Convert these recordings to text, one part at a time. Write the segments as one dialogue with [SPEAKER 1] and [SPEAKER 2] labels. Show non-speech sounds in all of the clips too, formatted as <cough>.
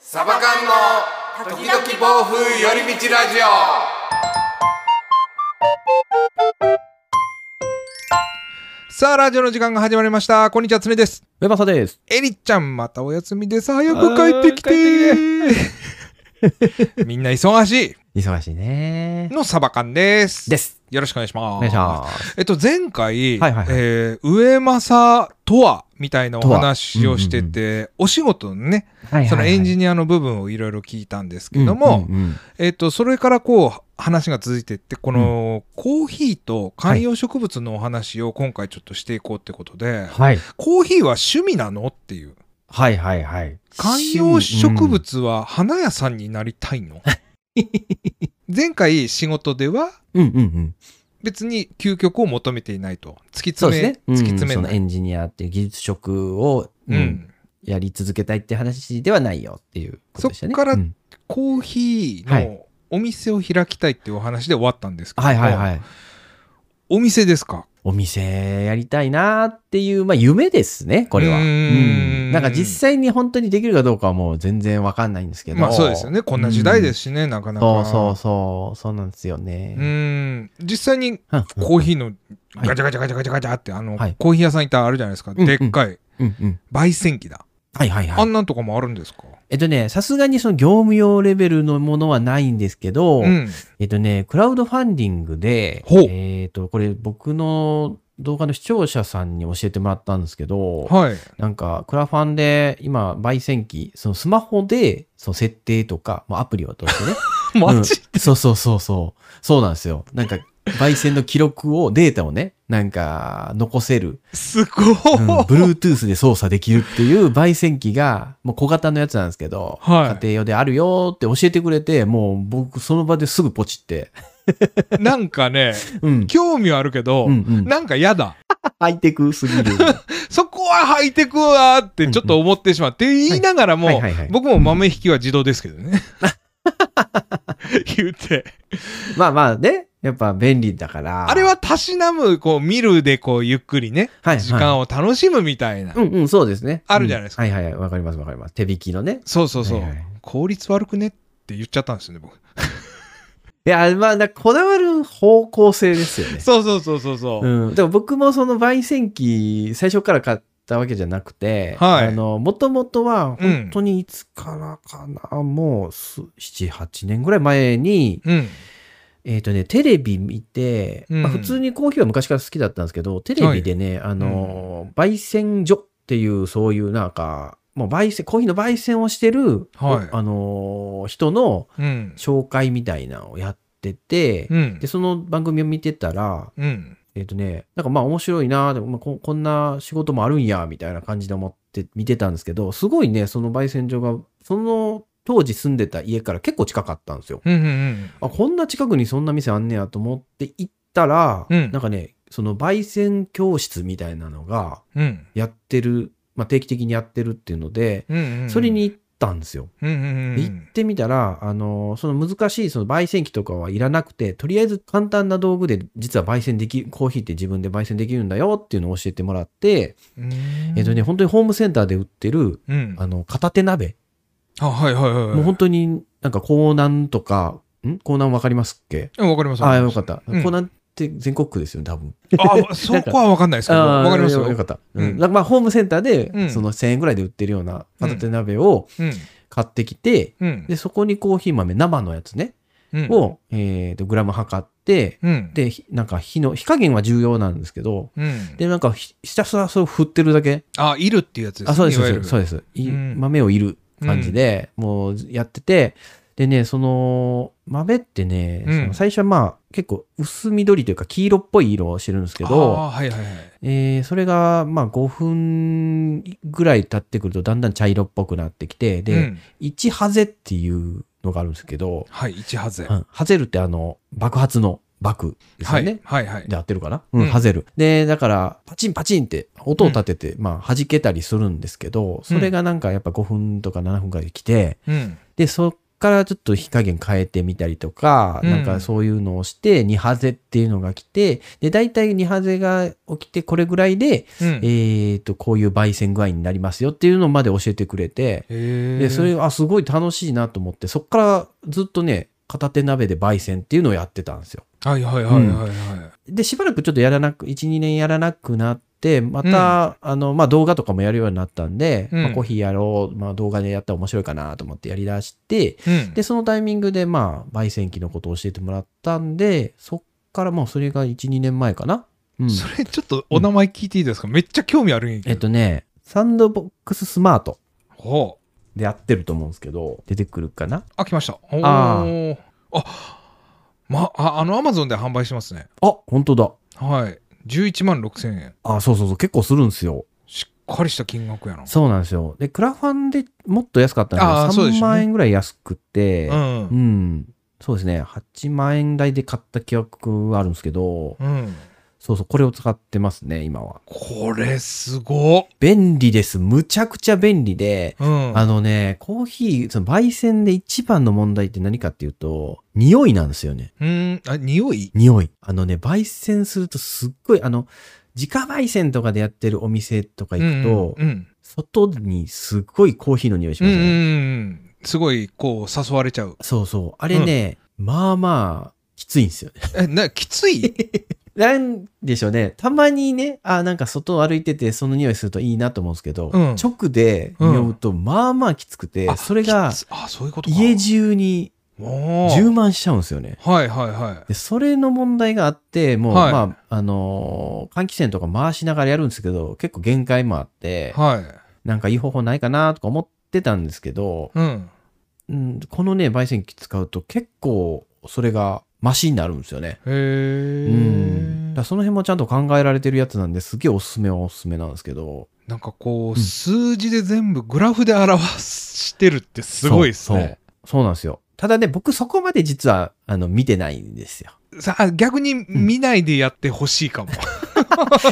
[SPEAKER 1] サバ缶の時々暴風寄り道ラジオ
[SPEAKER 2] さあ、ラジオの時間が始まりました。こんにちは、つねです。
[SPEAKER 3] ウェバサです。
[SPEAKER 2] えりちゃん、またお休みです。早く帰ってきて
[SPEAKER 3] あ
[SPEAKER 2] みんな忙し
[SPEAKER 3] 忙しいね
[SPEAKER 2] い。のサバ缶です。
[SPEAKER 3] です。
[SPEAKER 2] よろしくお願いします。
[SPEAKER 3] お願いします。
[SPEAKER 2] えっと、前回、
[SPEAKER 3] はいはいはい
[SPEAKER 2] えー上政とは、みたいなお話をして
[SPEAKER 3] と
[SPEAKER 2] て、お仕事のね、そのエンジニアの部分をいろいろ聞いたんですけども、
[SPEAKER 3] うんうんうん
[SPEAKER 2] えっと、それからこう、話が続いてって、この、コーヒーと観葉植物のお話を今回ちょっとしていこうってことで、
[SPEAKER 3] はい。
[SPEAKER 2] コーヒーは趣味なのっていう。
[SPEAKER 3] はいはいはい。
[SPEAKER 2] 観葉植物は花屋さんになりたい
[SPEAKER 3] <laughs>
[SPEAKER 2] の、前回仕事では
[SPEAKER 3] うんうんうん。
[SPEAKER 2] 別に究極を求めていないと。突き
[SPEAKER 3] そう
[SPEAKER 2] 詰
[SPEAKER 3] です
[SPEAKER 2] め、
[SPEAKER 3] ね。うん
[SPEAKER 2] 突き詰め
[SPEAKER 3] その
[SPEAKER 2] な
[SPEAKER 3] エ
[SPEAKER 2] い。
[SPEAKER 3] ンジニアっていう技術職を、
[SPEAKER 2] うん。
[SPEAKER 3] うんやり続けたいって話ではないよっていうことでしたね。
[SPEAKER 2] そっから
[SPEAKER 3] うん
[SPEAKER 2] コーヒー
[SPEAKER 3] は
[SPEAKER 2] の
[SPEAKER 3] い
[SPEAKER 2] お店を開きたいっていうお話で終わったんですけども、
[SPEAKER 3] はいはいはい。
[SPEAKER 2] お店ですか
[SPEAKER 3] お店やりたいなっていう、まあ夢ですね、これは。
[SPEAKER 2] うーん
[SPEAKER 3] なんか実際に本当にできるかどうかはもう全然わかんないんですけど。
[SPEAKER 2] まあそうですよね。こんな時代ですしね、なかな
[SPEAKER 3] そ
[SPEAKER 2] か。
[SPEAKER 3] うそうそう、そうなんですよね。
[SPEAKER 2] うん。実際に
[SPEAKER 3] うん
[SPEAKER 2] コーヒーの
[SPEAKER 3] はい
[SPEAKER 2] ガチャガチャガチャガチャガチャって、あの、
[SPEAKER 3] はい
[SPEAKER 2] コーヒー屋さんいたらあるじゃないですか。
[SPEAKER 3] んうん
[SPEAKER 2] でっかい
[SPEAKER 3] うんうん。
[SPEAKER 2] 焙煎機だ。
[SPEAKER 3] はいはいはい
[SPEAKER 2] あ。んなんとかもあるんですか
[SPEAKER 3] えっとね、さすがにその業務用レベルのものはないんですけど、
[SPEAKER 2] うん。
[SPEAKER 3] えっとね、クラウドファンディングで、
[SPEAKER 2] ほう
[SPEAKER 3] えっと、これ僕の動画の視聴者さんに教えてもらったんですけど、
[SPEAKER 2] はい。
[SPEAKER 3] なんか、クラファンで今、焙煎機、そのスマホで、その設定とか、まあ、アプリを通して <laughs> ね。
[SPEAKER 2] マジ
[SPEAKER 3] うんそうそうそうそう。そうなんですよ。なんか、焙煎の記録を、データをね、なんか、残せる。
[SPEAKER 2] すご
[SPEAKER 3] うん、Bluetooth で操作できるっていう焙煎機が、もう小型のやつなんですけど、
[SPEAKER 2] はい
[SPEAKER 3] 家庭用であるよって教えてくれて、もう僕その場ですぐポチって。
[SPEAKER 2] い。なんか
[SPEAKER 3] <laughs>
[SPEAKER 2] ね、
[SPEAKER 3] うん。
[SPEAKER 2] 興味はあるけど、
[SPEAKER 3] うんうん。
[SPEAKER 2] なんか嫌だ。
[SPEAKER 3] ハイテクすぎ
[SPEAKER 2] <laughs>
[SPEAKER 3] る。
[SPEAKER 2] そこはハイテクはってちょっと思ってしまって、言いながらも、
[SPEAKER 3] はいはいはいはい
[SPEAKER 2] 僕も豆引きは自動ですけど
[SPEAKER 3] <laughs>
[SPEAKER 2] ね。言って。
[SPEAKER 3] まあまあね、やっぱ便利だから。
[SPEAKER 2] あれはたしなむ、こう、見るでこう、ゆっくりね、
[SPEAKER 3] はい、はい、
[SPEAKER 2] 時間を楽しむみたいな。
[SPEAKER 3] うんうん、そうですね。
[SPEAKER 2] あるじゃないですか
[SPEAKER 3] うんはいはいはい、わかりますわかります。手引きのね。
[SPEAKER 2] そうそうそう、
[SPEAKER 3] はいはい
[SPEAKER 2] 効率悪くねって言っちゃったんですよね、僕。
[SPEAKER 3] いや、まあ、なんかこだわる方向性ですよね。
[SPEAKER 2] そうそうそうそうそう。
[SPEAKER 3] うん、でも僕もその焙煎機最初から買ったわけじゃなくて、
[SPEAKER 2] はい
[SPEAKER 3] あの元々は
[SPEAKER 2] うん
[SPEAKER 3] 本当にいつからかな、もう78年ぐらい前に、
[SPEAKER 2] うん。
[SPEAKER 3] えっとね、テレビ見て、
[SPEAKER 2] うん
[SPEAKER 3] まあ普通にコーヒーは昔から好きだったんですけどテレビでね、あの焙煎所っていうそういうなんかもう焙煎コーヒーの焙煎をしてる、
[SPEAKER 2] はい
[SPEAKER 3] あの人の
[SPEAKER 2] うん。
[SPEAKER 3] 紹介みたいなのをやってて、
[SPEAKER 2] うん
[SPEAKER 3] で。その番組を見てたら
[SPEAKER 2] うん。
[SPEAKER 3] えっ、とね、なんかまあ面白いな、でもまあここんな仕事もあるんや、みたいな感じで思って見てたんですけど、すごいね、その焙煎所が、その当時住んでた家から結構近かったんですよ。
[SPEAKER 2] うん。うん。
[SPEAKER 3] あ、こんな近くにそんな店あんねやと思って行ったら、
[SPEAKER 2] うん
[SPEAKER 3] なんかね、その焙煎教室みたいなのが
[SPEAKER 2] うん。
[SPEAKER 3] やってる、まあ定期的にやってるっていうので、
[SPEAKER 2] うん。うん
[SPEAKER 3] それに、行ったんですよ。
[SPEAKER 2] うん。うん。う
[SPEAKER 3] で行
[SPEAKER 2] ん
[SPEAKER 3] ってみたら、あのその難しいその焙煎機とかはいらなくてとりあえず簡単な道具で実は焙煎できコーヒーって自分で焙煎できるんだよっていうのを教えてもらって、
[SPEAKER 2] うん。
[SPEAKER 3] えっとね、本当にホームセンターで売ってる
[SPEAKER 2] うん。
[SPEAKER 3] あの片手鍋、
[SPEAKER 2] あ、はいはいはいはい。
[SPEAKER 3] もう本当になんか港南とかん港南わかりますっけ
[SPEAKER 2] うんわかります。
[SPEAKER 3] ああよかった、
[SPEAKER 2] うん
[SPEAKER 3] 港南って全国区ですよね多分 <laughs>
[SPEAKER 2] あ、そこはわかんないですけど、
[SPEAKER 3] あー
[SPEAKER 2] わかりますよ。
[SPEAKER 3] よかった、うん
[SPEAKER 2] うん
[SPEAKER 3] なんかまあホームセンターで、
[SPEAKER 2] うん
[SPEAKER 3] その1000円ぐらいで売ってるような片手鍋を
[SPEAKER 2] うん。
[SPEAKER 3] 買ってきて、
[SPEAKER 2] うん。
[SPEAKER 3] でそこにコーヒー豆生のやつね
[SPEAKER 2] うん、
[SPEAKER 3] を、えーとグラム測って、
[SPEAKER 2] うん。
[SPEAKER 3] で、ひなんか火の、火加減は重要なんですけど、
[SPEAKER 2] うん。
[SPEAKER 3] で、なんかひひたすらそう振ってるだけ。
[SPEAKER 2] あ、いるっていうやつですね。
[SPEAKER 3] あ、そうで
[SPEAKER 2] い
[SPEAKER 3] す、そ
[SPEAKER 2] わ
[SPEAKER 3] う
[SPEAKER 2] ゆ
[SPEAKER 3] で
[SPEAKER 2] る
[SPEAKER 3] す。そうですい
[SPEAKER 2] うん
[SPEAKER 3] 豆をいる感じで、もうやってて、でね、その、豆ってね、
[SPEAKER 2] うん
[SPEAKER 3] その最初はまあ結構薄緑というか黄色っぽい色をしてるんですけ
[SPEAKER 2] あ
[SPEAKER 3] ど、
[SPEAKER 2] ーはいはいはい。
[SPEAKER 3] えーそれがまあ5分ぐらい経ってくるとだんだん茶色っぽくなってきて、
[SPEAKER 2] う
[SPEAKER 3] で、
[SPEAKER 2] ん
[SPEAKER 3] 一ハゼっていうのがあるんですけど、
[SPEAKER 2] はい、一ハゼ。
[SPEAKER 3] う
[SPEAKER 2] は
[SPEAKER 3] ん、ハゼルってあの、爆発の爆ですよね。
[SPEAKER 2] い、はい、はい。
[SPEAKER 3] で合ってるかな、
[SPEAKER 2] うん
[SPEAKER 3] うん、ハゼル。で、だから、パチンパチンって音を立てて、まあ、弾けたりするんですけど、それがなんかやっぱ5分とか7分くらい来て、
[SPEAKER 2] うん。
[SPEAKER 3] で、そからちょっと火加減変えてみたりとか、
[SPEAKER 2] うん
[SPEAKER 3] なんかそういうのをして、二ハゼっていうのが来て、で、大体二ハゼが起きてこれぐらいで、
[SPEAKER 2] うん
[SPEAKER 3] えっと、こういう焙煎具合になりますよっていうのまで教えてくれて、
[SPEAKER 2] へ
[SPEAKER 3] で、
[SPEAKER 2] え
[SPEAKER 3] それ、あ、すごい楽しいなと思って、そっからずっとね、片手鍋で焙煎っていうのをやってたんですよ。
[SPEAKER 2] はいはいはいはいはい。
[SPEAKER 3] で、しばらくちょっとやらなく、1、2年やらなくなって、また、あの、まあ、動画とかもやるようになったんで、
[SPEAKER 2] うん
[SPEAKER 3] まあ、コーヒーやろう、まあ、動画でやったら面白いかなと思ってやりだして、
[SPEAKER 2] うん
[SPEAKER 3] で、そのタイミングで、まあ、焙煎機のことを教えてもらったんで、そっからもうそれが1、2年前かな。うん。
[SPEAKER 2] それちょっとお名前聞いていいですか、めっちゃ興味あるんやけど。
[SPEAKER 3] えっとね、サンドボックススマート
[SPEAKER 2] ほう。
[SPEAKER 3] でやってると思うんですけど、出てくるかな
[SPEAKER 2] あ、来ました。お
[SPEAKER 3] あ
[SPEAKER 2] ーあま、ああの、アマゾンで販売してますね。
[SPEAKER 3] あ、本当だ。
[SPEAKER 2] はい。11万6千円。
[SPEAKER 3] あ、そうそうそう、結構するんですよ。
[SPEAKER 2] しっかりした金額やな。
[SPEAKER 3] そうなんですよ。で、クラファンでもっと安かったん
[SPEAKER 2] あー
[SPEAKER 3] です
[SPEAKER 2] そう
[SPEAKER 3] よ。
[SPEAKER 2] でし
[SPEAKER 3] 3
[SPEAKER 2] ょうね
[SPEAKER 3] 万円ぐらい安くて、
[SPEAKER 2] うん
[SPEAKER 3] う。ん。そうですね。8万円台で買った記憶があるんですけど、
[SPEAKER 2] うん。
[SPEAKER 3] そうそう、これを使ってますね、今は。
[SPEAKER 2] これすごっ。
[SPEAKER 3] 便利です。むちゃくちゃ便利で、
[SPEAKER 2] うん。
[SPEAKER 3] あのね、コーヒー、その焙煎で一番の問題って何かっていうと、匂いなんですよね。
[SPEAKER 2] うん。あ、匂い
[SPEAKER 3] 匂い。あのね、焙煎するとすっごい、あの、自家焙煎とかでやってるお店とか行くと、
[SPEAKER 2] うんうん
[SPEAKER 3] 外にすっごいコーヒーの匂いし
[SPEAKER 2] うん。う
[SPEAKER 3] ま
[SPEAKER 2] ん
[SPEAKER 3] す
[SPEAKER 2] う
[SPEAKER 3] よね。
[SPEAKER 2] んうん。すごい、こう、誘われちゃう。
[SPEAKER 3] そうそう。あれね、まあまあ、きついんですよね。 <laughs>
[SPEAKER 2] え、な、きつい
[SPEAKER 3] なんでしょうね。たまにね、あなんか外を歩いてて、その匂いするといいなと思うんですけど、
[SPEAKER 2] うん
[SPEAKER 3] 直で匂うと、まあまあきつくて、
[SPEAKER 2] あ
[SPEAKER 3] それが
[SPEAKER 2] きつあ、そういうことか。
[SPEAKER 3] 家中に
[SPEAKER 2] おー
[SPEAKER 3] 充満しちゃうんですよね。
[SPEAKER 2] はいはいは
[SPEAKER 3] で、それの問題があって、もう、
[SPEAKER 2] はい
[SPEAKER 3] まあ、あのー換気扇とか回しながらやるんですけど、結構限界もあっ
[SPEAKER 2] い。
[SPEAKER 3] て、
[SPEAKER 2] はい。
[SPEAKER 3] なんかいい方法ないかなとか思ってたんですけど、
[SPEAKER 2] うん。
[SPEAKER 3] うん、このね、焙煎機使うと結構それがマシになるんですよね。
[SPEAKER 2] へえ。
[SPEAKER 3] うん。だからその辺もちゃんと考えられてるやつなんですげえおすすめはおすすめなんですけど。
[SPEAKER 2] なんかこう、
[SPEAKER 3] ん
[SPEAKER 2] 数字で全部グラフで表してるってすごいですね。
[SPEAKER 3] そう。そうそうなんですよ。ただね、僕そこまで実は、あの、見てないんですよ。
[SPEAKER 2] さあ逆に見ないでやってほしいかも。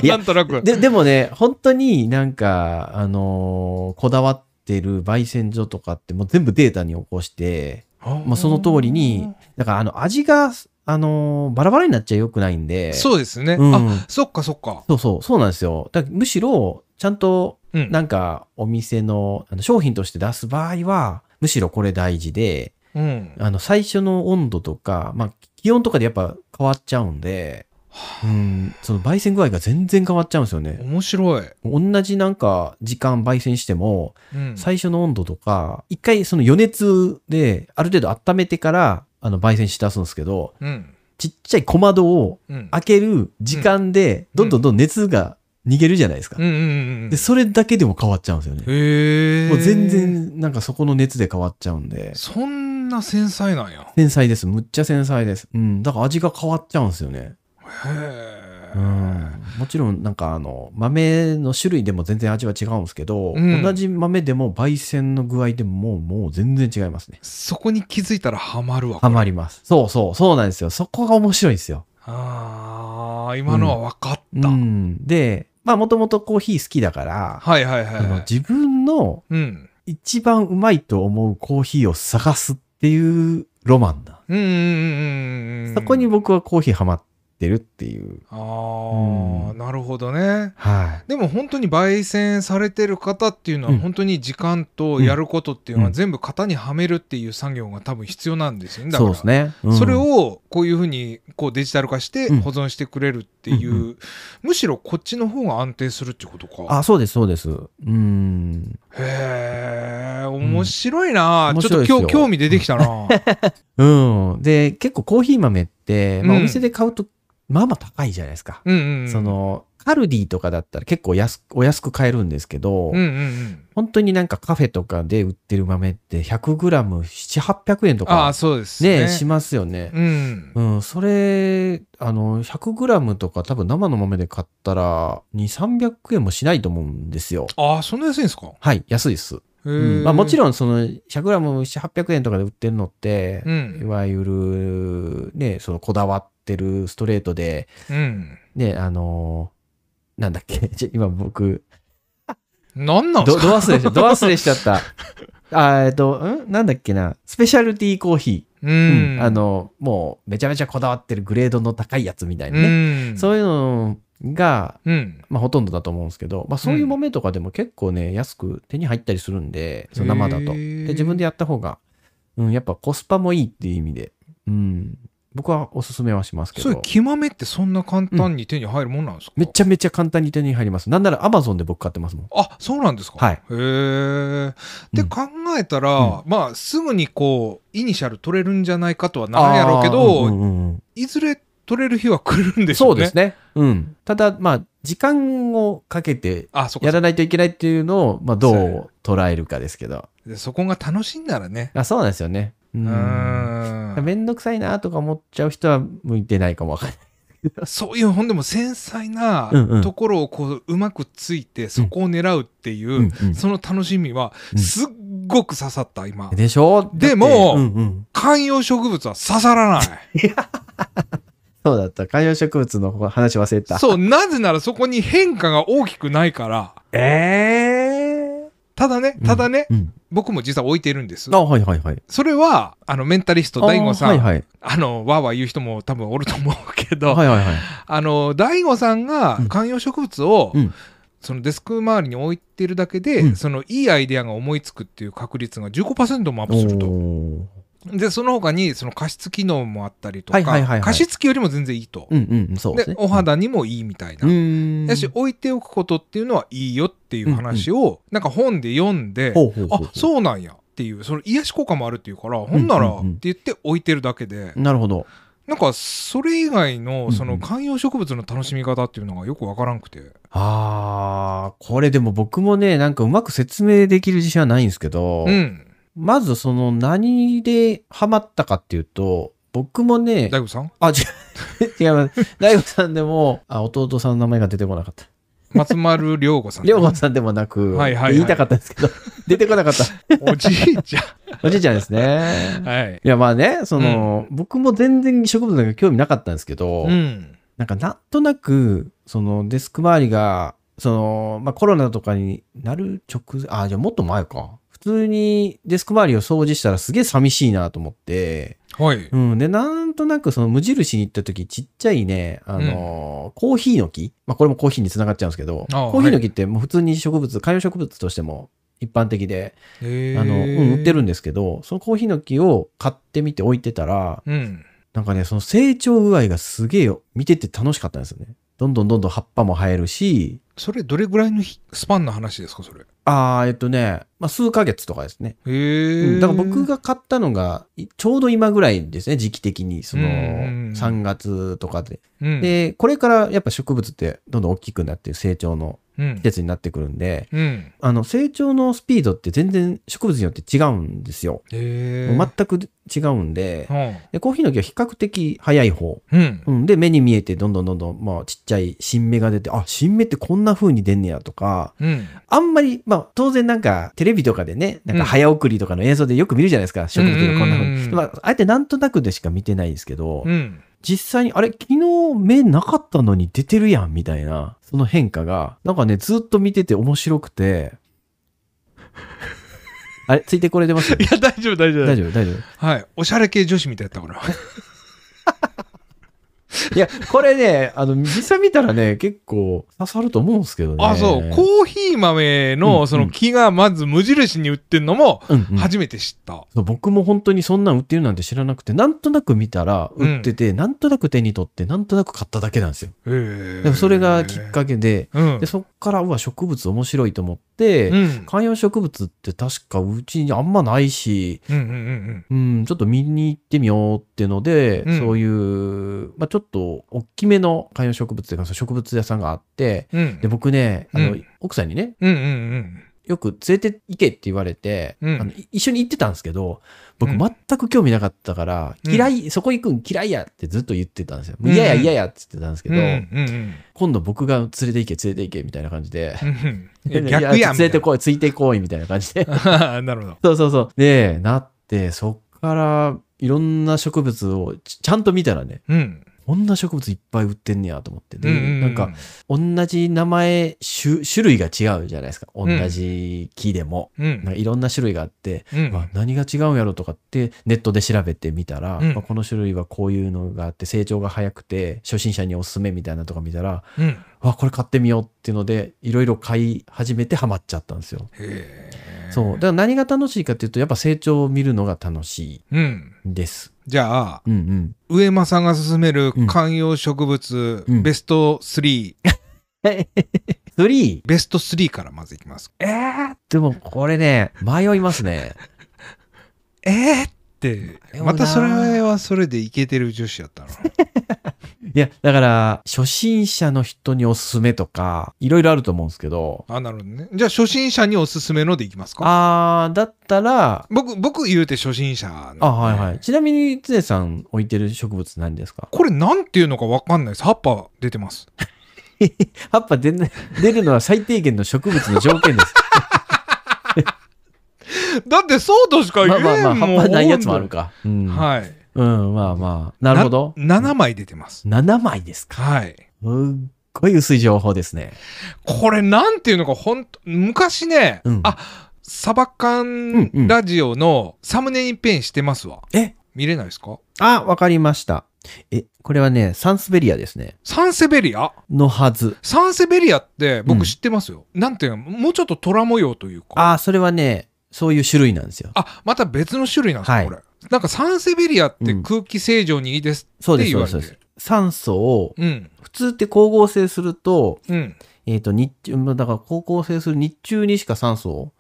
[SPEAKER 3] いや
[SPEAKER 2] <laughs> なんとなく。
[SPEAKER 3] で、でもね、本当になんか、あのーこだわってる焙煎所とかってもう全部データに起こして、ま
[SPEAKER 2] ま
[SPEAKER 3] あその通りに、だからあの、味が、あのーバラバラになっちゃ良くないんで。
[SPEAKER 2] そうですね。
[SPEAKER 3] うん
[SPEAKER 2] あそっかそっか。
[SPEAKER 3] そうそう、そうなんですよ。だからむしろ、ちゃんと、
[SPEAKER 2] うん
[SPEAKER 3] なんか、お店の、あの商品として出す場合は、むしろこれ大事で、
[SPEAKER 2] うん。
[SPEAKER 3] あの、最初の温度とか、まあ、気温とかでやっぱ変わっちゃうんで、うん、その焙煎具合が全然変わっちゃうんですよね。
[SPEAKER 2] 面白い。
[SPEAKER 3] 同じなんか時間焙煎しても、
[SPEAKER 2] うん
[SPEAKER 3] 最初の温度とか、一回その余熱である程度温めてから、あの、焙煎し出すんですけど、
[SPEAKER 2] うん。
[SPEAKER 3] ちっちゃい小窓を
[SPEAKER 2] うん。
[SPEAKER 3] 開ける時間で、
[SPEAKER 2] うん
[SPEAKER 3] どんどんどん熱が逃げるじゃないですか
[SPEAKER 2] うん。うんうんうん。
[SPEAKER 3] で、それだけでも変わっちゃうんですよね。
[SPEAKER 2] へえ。
[SPEAKER 3] もう全。然、なんかそこの熱で変わっちゃうんで。
[SPEAKER 2] そんな繊細なんや。
[SPEAKER 3] 繊細です。むっちゃ繊細です。うん。だから味が変わっちゃうんですよね。
[SPEAKER 2] へ
[SPEAKER 3] うん。もちろん、なんかあの、豆の種類でも全然味は違うんですけど、
[SPEAKER 2] うん
[SPEAKER 3] 同じ豆でも焙煎の具合でも、もう全然違いますね。
[SPEAKER 2] そこに気づいたらハマるわ。
[SPEAKER 3] ハマります。そうそう、そうなんですよ。そこが面白いんですよ。
[SPEAKER 2] ああ、今のは分かっ
[SPEAKER 3] う
[SPEAKER 2] た。
[SPEAKER 3] ん。で、まあもともとコーヒー好きだから、
[SPEAKER 2] はいはい
[SPEAKER 3] あの
[SPEAKER 2] はい。
[SPEAKER 3] 自分の
[SPEAKER 2] うん。
[SPEAKER 3] 一番うまいと思うコーヒーを探すっていうロマンだ。
[SPEAKER 2] うんうんうんうんうん。
[SPEAKER 3] そこに僕はコーヒーハマってるっていう。
[SPEAKER 2] ああ、
[SPEAKER 3] うん
[SPEAKER 2] なるほどね。
[SPEAKER 3] は
[SPEAKER 2] でも本当に焙煎されてる方っていうのは
[SPEAKER 3] うん
[SPEAKER 2] 本当に時間とやることっていうのは
[SPEAKER 3] うん
[SPEAKER 2] 全部型にはめるっていう作業が多分必要なんですよね。
[SPEAKER 3] い。
[SPEAKER 2] だか
[SPEAKER 3] そう
[SPEAKER 2] ら
[SPEAKER 3] ですね。うん
[SPEAKER 2] それをこういうふうにこうデジタル化して
[SPEAKER 3] うん
[SPEAKER 2] 保存してくれるっていう、
[SPEAKER 3] うんう
[SPEAKER 2] むしろこっちの方が安定するってことか。
[SPEAKER 3] あ、そうです、そうです。うん。
[SPEAKER 2] へえ面白いな、
[SPEAKER 3] うん
[SPEAKER 2] ちょっと
[SPEAKER 3] 面白いです
[SPEAKER 2] 興
[SPEAKER 3] よ
[SPEAKER 2] 興味出てきた
[SPEAKER 3] <laughs>
[SPEAKER 2] な。
[SPEAKER 3] うん。で、結構コーヒー豆って、まあ、
[SPEAKER 2] うん
[SPEAKER 3] お店で買うと、まあまあ高いじゃないですか。
[SPEAKER 2] うんうんうん
[SPEAKER 3] その、カルディとかだったら結構安くお安く買えるんですけど、
[SPEAKER 2] うんうんうん、
[SPEAKER 3] 本当になんかカフェとかで売ってる豆って 100g7、800円と
[SPEAKER 2] ああ
[SPEAKER 3] か
[SPEAKER 2] そうです
[SPEAKER 3] ね、
[SPEAKER 2] ね。
[SPEAKER 3] しますよね。
[SPEAKER 2] うん
[SPEAKER 3] うん、それ、あの、100g とか多分生の豆で買ったら、2、300円もしないと思うんですよ。
[SPEAKER 2] ああそんな安いんですか、
[SPEAKER 3] はい、安いです。
[SPEAKER 2] へ
[SPEAKER 3] うん
[SPEAKER 2] え
[SPEAKER 3] まあ、もちろん、その、100g700 円とかで売ってるのって、
[SPEAKER 2] うん
[SPEAKER 3] いわゆる、ね、その、こだわってるストレートで、
[SPEAKER 2] うん。
[SPEAKER 3] ね、あのー <laughs> なんだっけ、ちょ今僕、
[SPEAKER 2] なんなんす
[SPEAKER 3] ど、
[SPEAKER 2] か
[SPEAKER 3] <laughs> ど忘れしちゃ、ど忘れしちゃった。あえっと、んなんだっけな、スペシャルティーコーヒ
[SPEAKER 2] う
[SPEAKER 3] ー。
[SPEAKER 2] ん。
[SPEAKER 3] あの、もう、めちゃめちゃこだわってるグレードの高いやつみたいなね。
[SPEAKER 2] ね
[SPEAKER 3] そういうのが、
[SPEAKER 2] うん。
[SPEAKER 3] まあ、ほとんどだと思うんですけど、まあ、そういう豆とかでも結構ね、安く手に入ったりするんで、その生だと。
[SPEAKER 2] へー
[SPEAKER 3] で、自分でやった方が、うん、やっぱコスパもいいっていう意味で、うん、僕はおすすめはしますけ
[SPEAKER 2] そういう
[SPEAKER 3] ど。
[SPEAKER 2] 木豆ってそんな簡単に手に入るもんなんですか
[SPEAKER 3] めちゃめちゃ簡単に手に入ります。なんなら Amazon で僕買ってますもん。
[SPEAKER 2] あそうなんですか。
[SPEAKER 3] はい
[SPEAKER 2] へえ。で、
[SPEAKER 3] うん
[SPEAKER 2] 考えたら、まあすぐにこうイニシャル取れるんじゃないかとはならんやろうけど、
[SPEAKER 3] あーうんうんうん
[SPEAKER 2] いずれ取れる日は来るんでしょ
[SPEAKER 3] そううで
[SPEAKER 2] ね。
[SPEAKER 3] すね。うん。ただ、まあ、時間をかけて
[SPEAKER 2] あそこ
[SPEAKER 3] やらないといけないっていうのを、まあ、ど
[SPEAKER 2] そうや
[SPEAKER 3] う捉えるかですけど。
[SPEAKER 2] でそこが楽しいんならね。
[SPEAKER 3] あそうなんですよね。う。
[SPEAKER 2] うんん
[SPEAKER 3] めんどくさいなとか思っちゃう人は向いてないかもわかんない。
[SPEAKER 2] そういう本でも繊細な
[SPEAKER 3] うんうん
[SPEAKER 2] ところをこううまくついてそこを狙うっていう、
[SPEAKER 3] うんうん
[SPEAKER 2] その楽しみは
[SPEAKER 3] うん
[SPEAKER 2] すっごく刺さった今。
[SPEAKER 3] でしょ
[SPEAKER 2] でも
[SPEAKER 3] だってうんうん
[SPEAKER 2] 観葉植物は刺さらな
[SPEAKER 3] <laughs>
[SPEAKER 2] い。
[SPEAKER 3] そうだった。観葉植物の話忘れてた。
[SPEAKER 2] そう、なぜならそこに変化が大きくないから。
[SPEAKER 3] ええ
[SPEAKER 2] ただね、ただね、
[SPEAKER 3] うん。
[SPEAKER 2] 僕も実は置いてるんです
[SPEAKER 3] あ、。はいはいはい。
[SPEAKER 2] それは、あの、メンタリスト、大悟さん、
[SPEAKER 3] あ
[SPEAKER 2] あ,、
[SPEAKER 3] ーはいはい。
[SPEAKER 2] の、わーわー言う人も多分おると思うけど、
[SPEAKER 3] はいはいはい。
[SPEAKER 2] あの、大悟さんが
[SPEAKER 3] うん
[SPEAKER 2] 観葉植物を、
[SPEAKER 3] うん
[SPEAKER 2] そのデスク周りに置いてるだけで、
[SPEAKER 3] うん
[SPEAKER 2] そのいいアイデアが思いつくっていう確率が15%もアップすると。
[SPEAKER 3] おー
[SPEAKER 2] で、その他に、その加湿機能もあったりとか、
[SPEAKER 3] はいはいはいはい
[SPEAKER 2] 加湿器よりも全然いいと。
[SPEAKER 3] うんうんうん、そうです
[SPEAKER 2] で
[SPEAKER 3] ね。
[SPEAKER 2] お肌にもいいみたいな
[SPEAKER 3] う。ん。
[SPEAKER 2] やし置いておくことっていうのはいいよっていう話をなんか本で読んで、
[SPEAKER 3] ほうほうほうほう
[SPEAKER 2] あそうなんやっていうその癒し効果もあるっていうからほんなら
[SPEAKER 3] うんう
[SPEAKER 2] っ
[SPEAKER 3] んうん
[SPEAKER 2] て言って置いてるだけで
[SPEAKER 3] なるほど。
[SPEAKER 2] なんかそれ以外のそ
[SPEAKER 3] うんう
[SPEAKER 2] の
[SPEAKER 3] ん
[SPEAKER 2] 観葉植物の楽しみ方っていうのがよくわからんくて
[SPEAKER 3] あー、これでも僕もね、なんかうまく説明できる自信はないんですけど、
[SPEAKER 2] うん
[SPEAKER 3] まずその何でハマったかっていうと、僕もね、
[SPEAKER 2] 大悟さん
[SPEAKER 3] あ、違う、 <laughs> 違います。大悟さんでも、あ、弟さんの名前が出てこなかった。
[SPEAKER 2] 松丸亮吾さん
[SPEAKER 3] <laughs> りょうごさんでもなく、
[SPEAKER 2] はいはいはい
[SPEAKER 3] 言いたかったんですけど、出てこなかった。
[SPEAKER 2] おじいちゃ
[SPEAKER 3] おじいちゃんですね
[SPEAKER 2] ん。
[SPEAKER 3] <laughs>
[SPEAKER 2] はい
[SPEAKER 3] いや、まあね、その、僕も全然植物なんか興味なかったんですけど、
[SPEAKER 2] うん
[SPEAKER 3] なんかなんとなく、そのデスク周りが、その、まあコロナとかになる直前、あ、じゃあもっと前か。普通にデスク周りを掃除したらすげえ寂しいなと思って、
[SPEAKER 2] はい
[SPEAKER 3] うん。で、なんとなくその無印に行った時ちっちゃいね、あの、コーヒーの木。まあこれもコーヒーにつながっちゃうんですけど、
[SPEAKER 2] ああ
[SPEAKER 3] コーヒーの木ってもう普通に植物、観葉植物としても一般的で、
[SPEAKER 2] へー
[SPEAKER 3] あの、うん、売ってるんですけど、そのコーヒーの木を買ってみて置いてたら、
[SPEAKER 2] うん
[SPEAKER 3] なんかね、その成長具合がすげえよ見てて楽しかったんですよね。どんどんどんどん葉っぱも生えるし、
[SPEAKER 2] それどれぐらいのひスパンの話ですかそれ
[SPEAKER 3] あー、えっとね、まあ、数ヶ月とかですね。
[SPEAKER 2] へ
[SPEAKER 3] う
[SPEAKER 2] え
[SPEAKER 3] んだから僕が買ったのが、いちょうど今ぐらいですね、時期的に。その、
[SPEAKER 2] うんうんうん
[SPEAKER 3] 3月とかで。
[SPEAKER 2] うん
[SPEAKER 3] で、これからやっぱ植物ってどんどん大きくなって成長の
[SPEAKER 2] うん
[SPEAKER 3] 季節になってくるんで、
[SPEAKER 2] うん
[SPEAKER 3] あの、成長のスピードって全然植物によって違うんですよ。
[SPEAKER 2] へえ
[SPEAKER 3] 全く違うんで、
[SPEAKER 2] うん
[SPEAKER 3] でコーヒーの木は比較的早い方
[SPEAKER 2] うん
[SPEAKER 3] うん、で目に見えてどんどんどんどん、まあ、ちっちゃい新芽が出てあ新芽ってこんな風に出んねやとか
[SPEAKER 2] うん
[SPEAKER 3] あんまり、まあ、当然なんかテレビとかでねなん
[SPEAKER 2] うん
[SPEAKER 3] か早送りとかの映像でよく見るじゃないですか、植物がこんな風
[SPEAKER 2] うんうんう
[SPEAKER 3] に、
[SPEAKER 2] ん
[SPEAKER 3] まあ、あえてなんとなくでしか見てないですけど、
[SPEAKER 2] うん
[SPEAKER 3] 実際にあれ昨日芽なかったのに出てるやんみたいなその変化がなんかねずっと見てて面白く
[SPEAKER 2] <laughs>
[SPEAKER 3] てあれついてこれてます
[SPEAKER 2] いや、大丈夫、大丈夫。
[SPEAKER 3] 大丈夫大丈夫
[SPEAKER 2] はい。おしゃれ系女子みたいだったから。
[SPEAKER 3] いや、これね、あの、実際見たらね、結構刺さると思うんですけどね。
[SPEAKER 2] あ、そう。コーヒー豆
[SPEAKER 3] う
[SPEAKER 2] の、
[SPEAKER 3] ん
[SPEAKER 2] その木がまず無印に売ってんのも、
[SPEAKER 3] うんうん、
[SPEAKER 2] 初めて知った。
[SPEAKER 3] そう僕も本当にそんなん売ってるなんて知らなくて、なんとなく見たら
[SPEAKER 2] うん
[SPEAKER 3] 売ってて、なんとなく手に取って、なんとなく買っただけなんですよ。
[SPEAKER 2] へー
[SPEAKER 3] でもそれがきっかけで、
[SPEAKER 2] うん
[SPEAKER 3] で。そっから、うわ、植物面白いと思って、
[SPEAKER 2] うん。
[SPEAKER 3] 観葉植物って確かうちにあんまないし、
[SPEAKER 2] うんうんうん
[SPEAKER 3] うん、ちょっと見に行ってみようっていうので、
[SPEAKER 2] うん
[SPEAKER 3] そういう、まあ、ちょっと大きめの観葉植物というか、その植物屋さんがあって、
[SPEAKER 2] うん。うん
[SPEAKER 3] で、僕ね、あの、
[SPEAKER 2] うん
[SPEAKER 3] 奥さんにね、
[SPEAKER 2] うんうん
[SPEAKER 3] よく連れて行けって言われて、
[SPEAKER 2] うん
[SPEAKER 3] あのい一緒に行ってたんですけど、
[SPEAKER 2] う
[SPEAKER 3] 僕
[SPEAKER 2] ん
[SPEAKER 3] 全く興味なかったから、
[SPEAKER 2] うん
[SPEAKER 3] 嫌い、そこ行くん嫌いやってずっと言ってたんですよ。
[SPEAKER 2] うん
[SPEAKER 3] 嫌や嫌やって言ってたんですけ
[SPEAKER 2] うん。う
[SPEAKER 3] ど、
[SPEAKER 2] んうん
[SPEAKER 3] 今度僕が連れて行け連れて行けみたいな感じで、
[SPEAKER 2] うんうん。いや
[SPEAKER 3] <laughs> い
[SPEAKER 2] 逆やん。
[SPEAKER 3] 連れてこい、ついてこいみたいな感じで。
[SPEAKER 2] みたいななるほど。
[SPEAKER 3] そうそうそう。で、なって、そっからいろんな植物をちちゃんと見たらね、
[SPEAKER 2] うん。
[SPEAKER 3] こんな植物いっぱい売ってんねやと思って。で、
[SPEAKER 2] うんうんうん
[SPEAKER 3] なんか、同じ名前、種種類が違うじゃないですか。同
[SPEAKER 2] ん
[SPEAKER 3] じ木でも。
[SPEAKER 2] うん
[SPEAKER 3] なんかいろんな種類があって、
[SPEAKER 2] うん
[SPEAKER 3] まあ、何が違うんやろとかってネットで調べてみたら、
[SPEAKER 2] うん
[SPEAKER 3] まあこの種類はこういうのがあって成長が早くて初心者におすすめみたいなのとか見たら
[SPEAKER 2] うんへ
[SPEAKER 3] わこれ買ってみようっていうのでいろいろ買い始めてハマっちゃったんですよ。
[SPEAKER 2] え
[SPEAKER 3] そうだから何が楽しいかっていうとやっぱ成長を見るのが楽し
[SPEAKER 2] うん
[SPEAKER 3] いです。
[SPEAKER 2] じゃあ
[SPEAKER 3] うんうん、
[SPEAKER 2] 上間さんが勧める
[SPEAKER 3] うん
[SPEAKER 2] 観葉植物、
[SPEAKER 3] うん
[SPEAKER 2] ベスト3、
[SPEAKER 3] 3
[SPEAKER 2] ベスト3からまずいきます
[SPEAKER 3] えー、でもこれね迷いますね。
[SPEAKER 2] えー、って
[SPEAKER 3] 迷うな
[SPEAKER 2] またそれはそれでいけてる女子やったの
[SPEAKER 3] いやだから初心者の人におすすめとかいろいろあると思うんですけど
[SPEAKER 2] <laughs> あなるほどねじゃあ初心者におすすめのでいきますか
[SPEAKER 3] あーだったら
[SPEAKER 2] 僕僕言うて初心者なんで
[SPEAKER 3] あ、はいはい。ちなみに、つねさん置いてる植物何ですか
[SPEAKER 2] これなんていうのかわかんないです葉っぱ出てます
[SPEAKER 3] 葉っぱ出,、 <laughs> 出るのは最低限の植物の条件です。
[SPEAKER 2] だってそうとしか
[SPEAKER 3] ま
[SPEAKER 2] 言
[SPEAKER 3] あ
[SPEAKER 2] えん
[SPEAKER 3] まあま
[SPEAKER 2] も
[SPEAKER 3] あ、
[SPEAKER 2] ん
[SPEAKER 3] 葉っぱないやつもあるか。うん。
[SPEAKER 2] はい
[SPEAKER 3] うん、まあまあ。なるほど。
[SPEAKER 2] 7枚出てます
[SPEAKER 3] 7枚ですか。
[SPEAKER 2] はい
[SPEAKER 3] すっごい薄い情報ですね。
[SPEAKER 2] これなんていうのか本当昔ね、
[SPEAKER 3] うん
[SPEAKER 2] あサバ
[SPEAKER 3] うん
[SPEAKER 2] 缶
[SPEAKER 3] うん
[SPEAKER 2] ラジオのサムネにペンしてますわ、
[SPEAKER 3] え
[SPEAKER 2] 見れないですか
[SPEAKER 3] あ、わかりました。え、これはね、サンスベリアですね。
[SPEAKER 2] サンセベリア
[SPEAKER 3] のはず。
[SPEAKER 2] サンセベリアって
[SPEAKER 3] うん
[SPEAKER 2] 僕知ってますよ、なんていうのもうちょっと虎模様というかあ
[SPEAKER 3] あー、それはね、そういう種類なんですよ。
[SPEAKER 2] また別の種類なんですか、
[SPEAKER 3] はい
[SPEAKER 2] これなんかサンセベリアっ
[SPEAKER 3] う
[SPEAKER 2] て
[SPEAKER 3] ん
[SPEAKER 2] 空気清浄にいいです
[SPEAKER 3] そう
[SPEAKER 2] っ
[SPEAKER 3] で
[SPEAKER 2] て
[SPEAKER 3] す、
[SPEAKER 2] 言
[SPEAKER 3] そう
[SPEAKER 2] わ
[SPEAKER 3] で
[SPEAKER 2] れて
[SPEAKER 3] すそうです。酸素を、
[SPEAKER 2] うん
[SPEAKER 3] 普通って光合成すると、
[SPEAKER 2] うん
[SPEAKER 3] えっ、と、日中、まあだから高校生する日中にしか酸素を、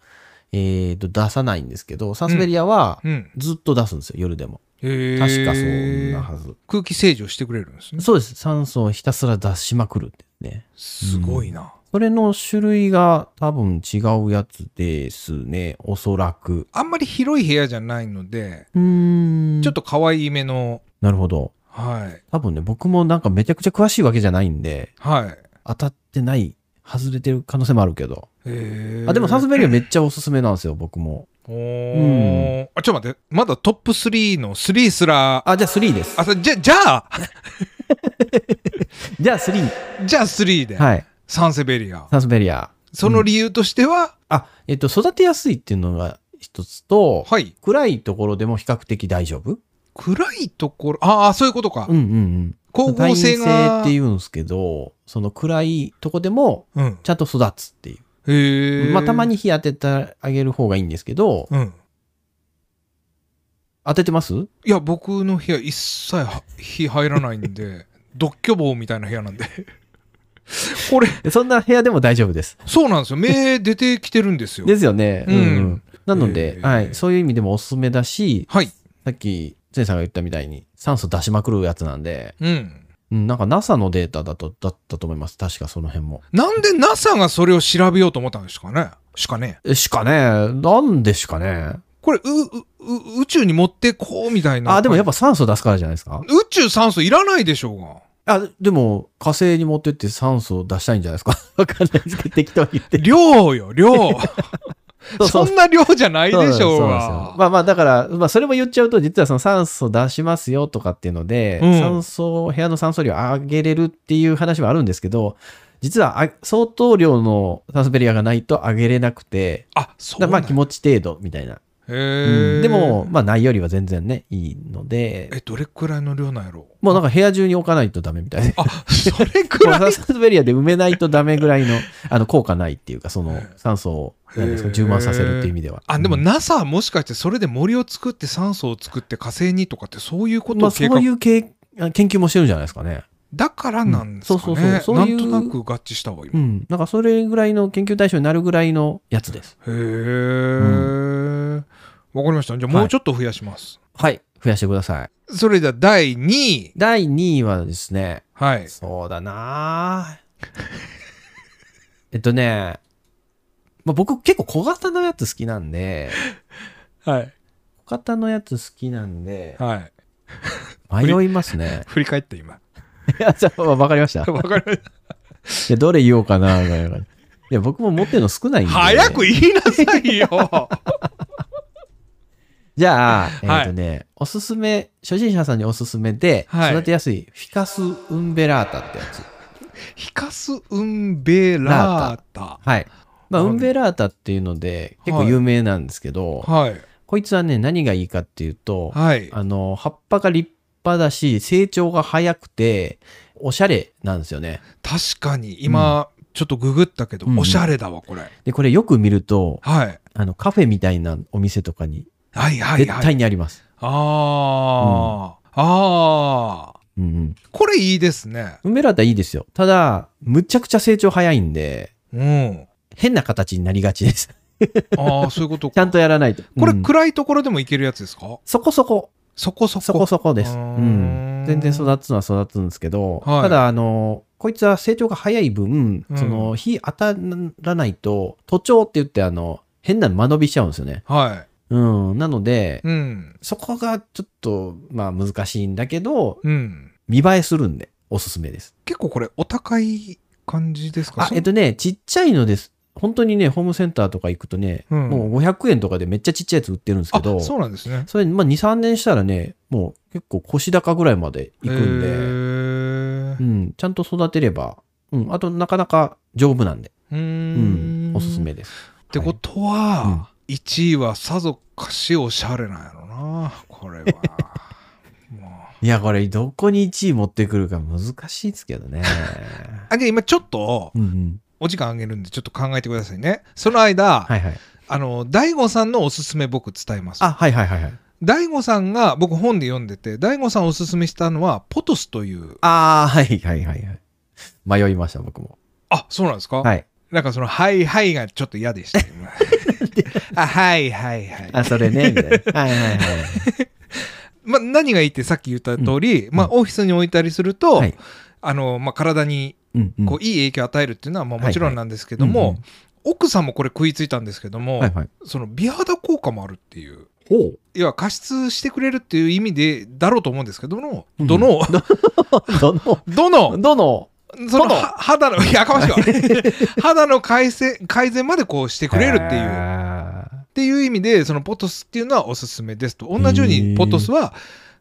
[SPEAKER 3] えっ、と、出さないんですけど、サンスベリアは
[SPEAKER 2] うん
[SPEAKER 3] ずっと出すんですよ、夜でも。
[SPEAKER 2] へー
[SPEAKER 3] 確かそんなはず。
[SPEAKER 2] 空気清浄してくれるんですね
[SPEAKER 3] そうです。酸素をひたすら出しまくるってね。
[SPEAKER 2] すごいな、
[SPEAKER 3] それの種類が多分違うやつですね、おそらく。
[SPEAKER 2] あんまり広い部屋じゃないので
[SPEAKER 3] うーん。
[SPEAKER 2] ちょっ。と可愛いめの
[SPEAKER 3] なるほど。
[SPEAKER 2] はい
[SPEAKER 3] 多分ね、僕もなんかめちゃくちゃ詳しいわけじゃないんで、
[SPEAKER 2] はい。
[SPEAKER 3] 当たってない、外れてる可能性もあるけど。
[SPEAKER 2] え
[SPEAKER 3] あ、でもサンスベリアめっちゃおすすめなんですよ、僕も。
[SPEAKER 2] おーあ、ちょっと待って。まだトップ3の3すら、あ、
[SPEAKER 3] あ、じゃあ3です。
[SPEAKER 2] さじゃ、じゃあ、
[SPEAKER 3] じゃあ3。
[SPEAKER 2] じゃあ3で。
[SPEAKER 3] はい。
[SPEAKER 2] サンセベリア。
[SPEAKER 3] サンスベリア。
[SPEAKER 2] その理由としては、
[SPEAKER 3] あ、えっと、育てやすいっていうのが一つと、
[SPEAKER 2] はい。
[SPEAKER 3] 暗いところでも比較的大丈夫
[SPEAKER 2] 暗いところ、ああ、そういうことか
[SPEAKER 3] うん。うんうん。
[SPEAKER 2] 光
[SPEAKER 3] 耐
[SPEAKER 2] 合
[SPEAKER 3] 陰
[SPEAKER 2] 成
[SPEAKER 3] 性
[SPEAKER 2] が。
[SPEAKER 3] ってい
[SPEAKER 2] うん。
[SPEAKER 3] うんですけど、その暗いとこでもちゃんと育つっていう。
[SPEAKER 2] へえ。
[SPEAKER 3] まあ、たま。に火当ててあげる方がいいんですけど、
[SPEAKER 2] うん。
[SPEAKER 3] 当ててます
[SPEAKER 2] いや、僕の部屋一切は火入らないんで、 <laughs> 独居房みたいな部屋なんで。 <laughs> これ、
[SPEAKER 3] そんな部屋でも大丈夫です。
[SPEAKER 2] そうなんですよ。目出てきてるんですよ
[SPEAKER 3] で。すよね。
[SPEAKER 2] うん
[SPEAKER 3] んなので、
[SPEAKER 2] えー
[SPEAKER 3] はい、そういう意味でもおすすめだし、
[SPEAKER 2] はい。
[SPEAKER 3] さっき、つねさんが言ったみたいに、酸素出しまくるやつなんで、
[SPEAKER 2] うん。
[SPEAKER 3] うん、なんか NASA のデータだと、だったと思います。確かその辺も。
[SPEAKER 2] なんで NASA がそれを調べようと思ったんですかねしかね。
[SPEAKER 3] えしかね、なんでしかね。
[SPEAKER 2] これ、う、う、う宇宙に持ってこうみたいな。
[SPEAKER 3] あ、でもやっぱ酸素出すからじゃないですか。
[SPEAKER 2] 宇宙酸素いらないでしょうが。
[SPEAKER 3] あ、でも火星に持ってって酸素を出したいんじゃないですか。 <laughs> わかんないですけど、適当に言 <laughs> って。
[SPEAKER 2] 量よ、量。そんな量じゃないでしょう
[SPEAKER 3] そうなんですよ
[SPEAKER 2] が。
[SPEAKER 3] まあまあ、だから、まあそれも言っちゃうと、実はその酸素出しますよとかっていうので、
[SPEAKER 2] うん
[SPEAKER 3] 酸素、部屋の酸素量上げれるっていう話はあるんですけど、実はあ相当量の酸素ベリアがないと上げれなくて、
[SPEAKER 2] あ、そう
[SPEAKER 3] だ
[SPEAKER 2] なん
[SPEAKER 3] まあ
[SPEAKER 2] だ。
[SPEAKER 3] 気持ち程度みたいな。
[SPEAKER 2] へ
[SPEAKER 3] う
[SPEAKER 2] ー
[SPEAKER 3] んでも、、まあないよりは全然ね、いいの
[SPEAKER 2] え、
[SPEAKER 3] で、
[SPEAKER 2] どれくらいの量なんやろう
[SPEAKER 3] もうなんか部屋中に置かないとダメ
[SPEAKER 2] <laughs>
[SPEAKER 3] みたいな。
[SPEAKER 2] あ、それくらい。
[SPEAKER 3] もうサンスベリアで埋めないとダメぐらいの、あの、効果ないっていうか、その酸素を、何ですか、
[SPEAKER 2] へー
[SPEAKER 3] 充満させるっていう意味では。
[SPEAKER 2] あ、でも
[SPEAKER 3] うん
[SPEAKER 2] NASA もしかしてそれで森を作って酸素を作って火星にとかってそういうこと
[SPEAKER 3] ま
[SPEAKER 2] を
[SPEAKER 3] あ、
[SPEAKER 2] 計
[SPEAKER 3] そう
[SPEAKER 2] 画
[SPEAKER 3] い。うけいあ研究もしてるんじゃないですかね。
[SPEAKER 2] だからなんです
[SPEAKER 3] う
[SPEAKER 2] か
[SPEAKER 3] んそうそう
[SPEAKER 2] ね。
[SPEAKER 3] そうそ
[SPEAKER 2] な
[SPEAKER 3] うい
[SPEAKER 2] ん
[SPEAKER 3] う
[SPEAKER 2] となく合致したわ、今
[SPEAKER 3] う。ん。なんか、それぐらいの研究対象になるぐらいのやつです。
[SPEAKER 2] へえ、わかりました。じゃあもうちょっと増やします。
[SPEAKER 3] はい。増やしてください。
[SPEAKER 2] それでは第2位。
[SPEAKER 3] 第2位はですね、
[SPEAKER 2] はい。
[SPEAKER 3] そう
[SPEAKER 2] <laughs>
[SPEAKER 3] だなぁえっとね、まあ、僕結構小型のやつ好きなんで、
[SPEAKER 2] はい。
[SPEAKER 3] 小型のやつ好きなんで、
[SPEAKER 2] はい。。
[SPEAKER 3] 迷いますね
[SPEAKER 2] 振り返って今。
[SPEAKER 3] いや、じゃあ、 <laughs> わかりました。
[SPEAKER 2] わかりま <laughs> し
[SPEAKER 3] いや、どれ言おうかな、ぐらいのいや、僕も持ってるの少ないん
[SPEAKER 2] た
[SPEAKER 3] で。
[SPEAKER 2] 早く
[SPEAKER 3] い
[SPEAKER 2] 言いなさいよ。
[SPEAKER 3] じゃあ、えっ、
[SPEAKER 2] はい
[SPEAKER 3] とね、おすすめ、初心者さんにおすすめで、
[SPEAKER 2] はい
[SPEAKER 3] 育てやすいフィカス・ウンベラータってやつ。
[SPEAKER 2] <laughs> ヒカス・ウンベラータ。
[SPEAKER 3] はい。まあ、
[SPEAKER 2] はい
[SPEAKER 3] ウンベラータっていうので、結構
[SPEAKER 2] はい
[SPEAKER 3] 有名なんですけど、
[SPEAKER 2] はい。
[SPEAKER 3] こいつはね、何がいいかっていうと、
[SPEAKER 2] はい。
[SPEAKER 3] あの、葉っぱが立派だし、成長が早くて、おしゃれなんですよね。
[SPEAKER 2] 確かに、今、ちょっとググったけど
[SPEAKER 3] う、ん
[SPEAKER 2] おしゃれだわ、これ。
[SPEAKER 3] で、これよく見ると、
[SPEAKER 2] はい。
[SPEAKER 3] あの、カフェみたいなお店とかに、
[SPEAKER 2] はいはい
[SPEAKER 3] 絶
[SPEAKER 2] はい。
[SPEAKER 3] 対にあります。
[SPEAKER 2] ああ、ああ。
[SPEAKER 3] うんうん。
[SPEAKER 2] これいいですね。
[SPEAKER 3] ウンベラータいいですよ。ただ、むちゃくちゃ成長早いんで、
[SPEAKER 2] うん。
[SPEAKER 3] 変な形になりがちです。
[SPEAKER 2] ああ、そういうこと
[SPEAKER 3] <laughs> ちゃ
[SPEAKER 2] か。
[SPEAKER 3] んとやらないと。
[SPEAKER 2] これ、
[SPEAKER 3] うん
[SPEAKER 2] 暗いところでもいけるやつですか
[SPEAKER 3] そこそこ、
[SPEAKER 2] そこそこ。
[SPEAKER 3] そこそこで
[SPEAKER 2] う
[SPEAKER 3] す。
[SPEAKER 2] ー
[SPEAKER 3] う
[SPEAKER 2] ん
[SPEAKER 3] ん。全然育つのは育つんですけど、
[SPEAKER 2] はい
[SPEAKER 3] ただ、あの、こいつは成長が早い分、
[SPEAKER 2] うん
[SPEAKER 3] その、日当たらないと、徒長って言って、あの、変な間延びしちゃうんですよね。
[SPEAKER 2] は
[SPEAKER 3] うん。なので
[SPEAKER 2] い。、うん。
[SPEAKER 3] そこがちょっと、まあ難しいんだけど、
[SPEAKER 2] うん。
[SPEAKER 3] 見栄えするんで、おすすめです。
[SPEAKER 2] 結構これ、お高い感じですか
[SPEAKER 3] あ、えっとね、ちっちゃいのです。本当にね、ホームセンターとか行くとね、
[SPEAKER 2] うん
[SPEAKER 3] もう500円とかでめっちゃちっちゃいやつ売ってるんですけど、
[SPEAKER 2] あそうなんですね。
[SPEAKER 3] それ、まあ、2、3年したらね、もう結構腰高ぐらいまでいく
[SPEAKER 2] へ
[SPEAKER 3] んで、
[SPEAKER 2] ー
[SPEAKER 3] う。ん、ちゃんと育てれば、うん、あとなかなか丈夫なんで、
[SPEAKER 2] う
[SPEAKER 3] うん、
[SPEAKER 2] ん
[SPEAKER 3] おすすめ。です。
[SPEAKER 2] ってことは、1位はさぞかしおしゃれなんやろな、これは。もう
[SPEAKER 3] いや、これ、どこに1位持ってくるか難しいですけど
[SPEAKER 2] <laughs>
[SPEAKER 3] ね。
[SPEAKER 2] <laughs> あ、じゃあ今ちょっと
[SPEAKER 3] うんうん、
[SPEAKER 2] お時間あげるんでちょっと考えてくださいね。その間、
[SPEAKER 3] はいはい。
[SPEAKER 2] あの、大悟さんのおすすめ僕伝えます。
[SPEAKER 3] あ、はいはいはいはい。
[SPEAKER 2] 大悟さんが僕本で読んでて、大悟さんおすすめしたのはポトスという、
[SPEAKER 3] あー、はいはいはいはい。迷いました、僕も。
[SPEAKER 2] あ、そうなんですか、
[SPEAKER 3] はい。
[SPEAKER 2] なんかその、はいはいがちょっと嫌で <laughs> した。今あ、はいはいはい。
[SPEAKER 3] あ、それね、みたいな。はいはいはい。
[SPEAKER 2] まあ、何がいいってさっき言った通り、まあ、オフィスに置いたりすると、
[SPEAKER 3] はい
[SPEAKER 2] あのまあ、体に
[SPEAKER 3] うんうん
[SPEAKER 2] こういい影響を与えるっていうのはまあもちろんなんですけど
[SPEAKER 3] はいは
[SPEAKER 2] も
[SPEAKER 3] いうん
[SPEAKER 2] 奥さんもこれ食いついたんですけども、
[SPEAKER 3] はいはい。
[SPEAKER 2] その美肌効果もあるっていう
[SPEAKER 3] ほう。
[SPEAKER 2] 要は加湿してくれるっていう意味でだろうと思うんですけども、
[SPEAKER 3] うん
[SPEAKER 2] どの
[SPEAKER 3] どの、
[SPEAKER 2] <laughs> どの
[SPEAKER 3] どの、
[SPEAKER 2] その
[SPEAKER 3] どの
[SPEAKER 2] は肌のい <laughs> やかましいわ <laughs> 肌の改善改善までこうしてくれるっていうっ
[SPEAKER 3] あー
[SPEAKER 2] ていう意味でそのポトスっていうのはおすすめですと同じよう
[SPEAKER 3] へ
[SPEAKER 2] に
[SPEAKER 3] ー
[SPEAKER 2] ポトスは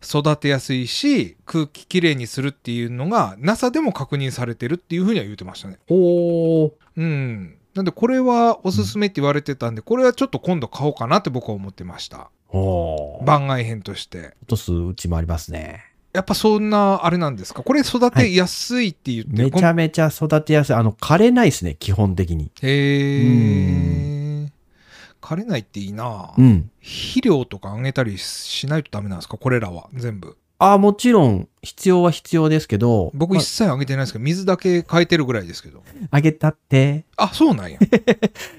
[SPEAKER 2] 育てやすいし空気きれいにするっていうのが NASA でも確認されてるっていうふうには言ってましたね。
[SPEAKER 3] ほう。
[SPEAKER 2] うん。なんで、これはおすすめって言われてたんで、これはちょっと今度買おうかなって僕は思ってました。
[SPEAKER 3] ほう。バッ
[SPEAKER 2] 番外編として。
[SPEAKER 3] とすうちもありますね。
[SPEAKER 2] やっぱそんな、あれなんですかこれ育てやすいって言って、
[SPEAKER 3] め
[SPEAKER 2] こん
[SPEAKER 3] ちゃめちゃ育てやすい。あの、枯れないですね、基本的に。
[SPEAKER 2] へ
[SPEAKER 3] う
[SPEAKER 2] ー。枯れないっていいな、
[SPEAKER 3] ん。
[SPEAKER 2] 肥料とかあげたりしないとダメなんですかこれらは全部。
[SPEAKER 3] ああ、もちろん、必要は必要ですけど、
[SPEAKER 2] 僕
[SPEAKER 3] ま
[SPEAKER 2] 一切あげてないですけど、水だけ変えてるぐらいですけど。
[SPEAKER 3] あ、あげたって。
[SPEAKER 2] あ、そうなんや。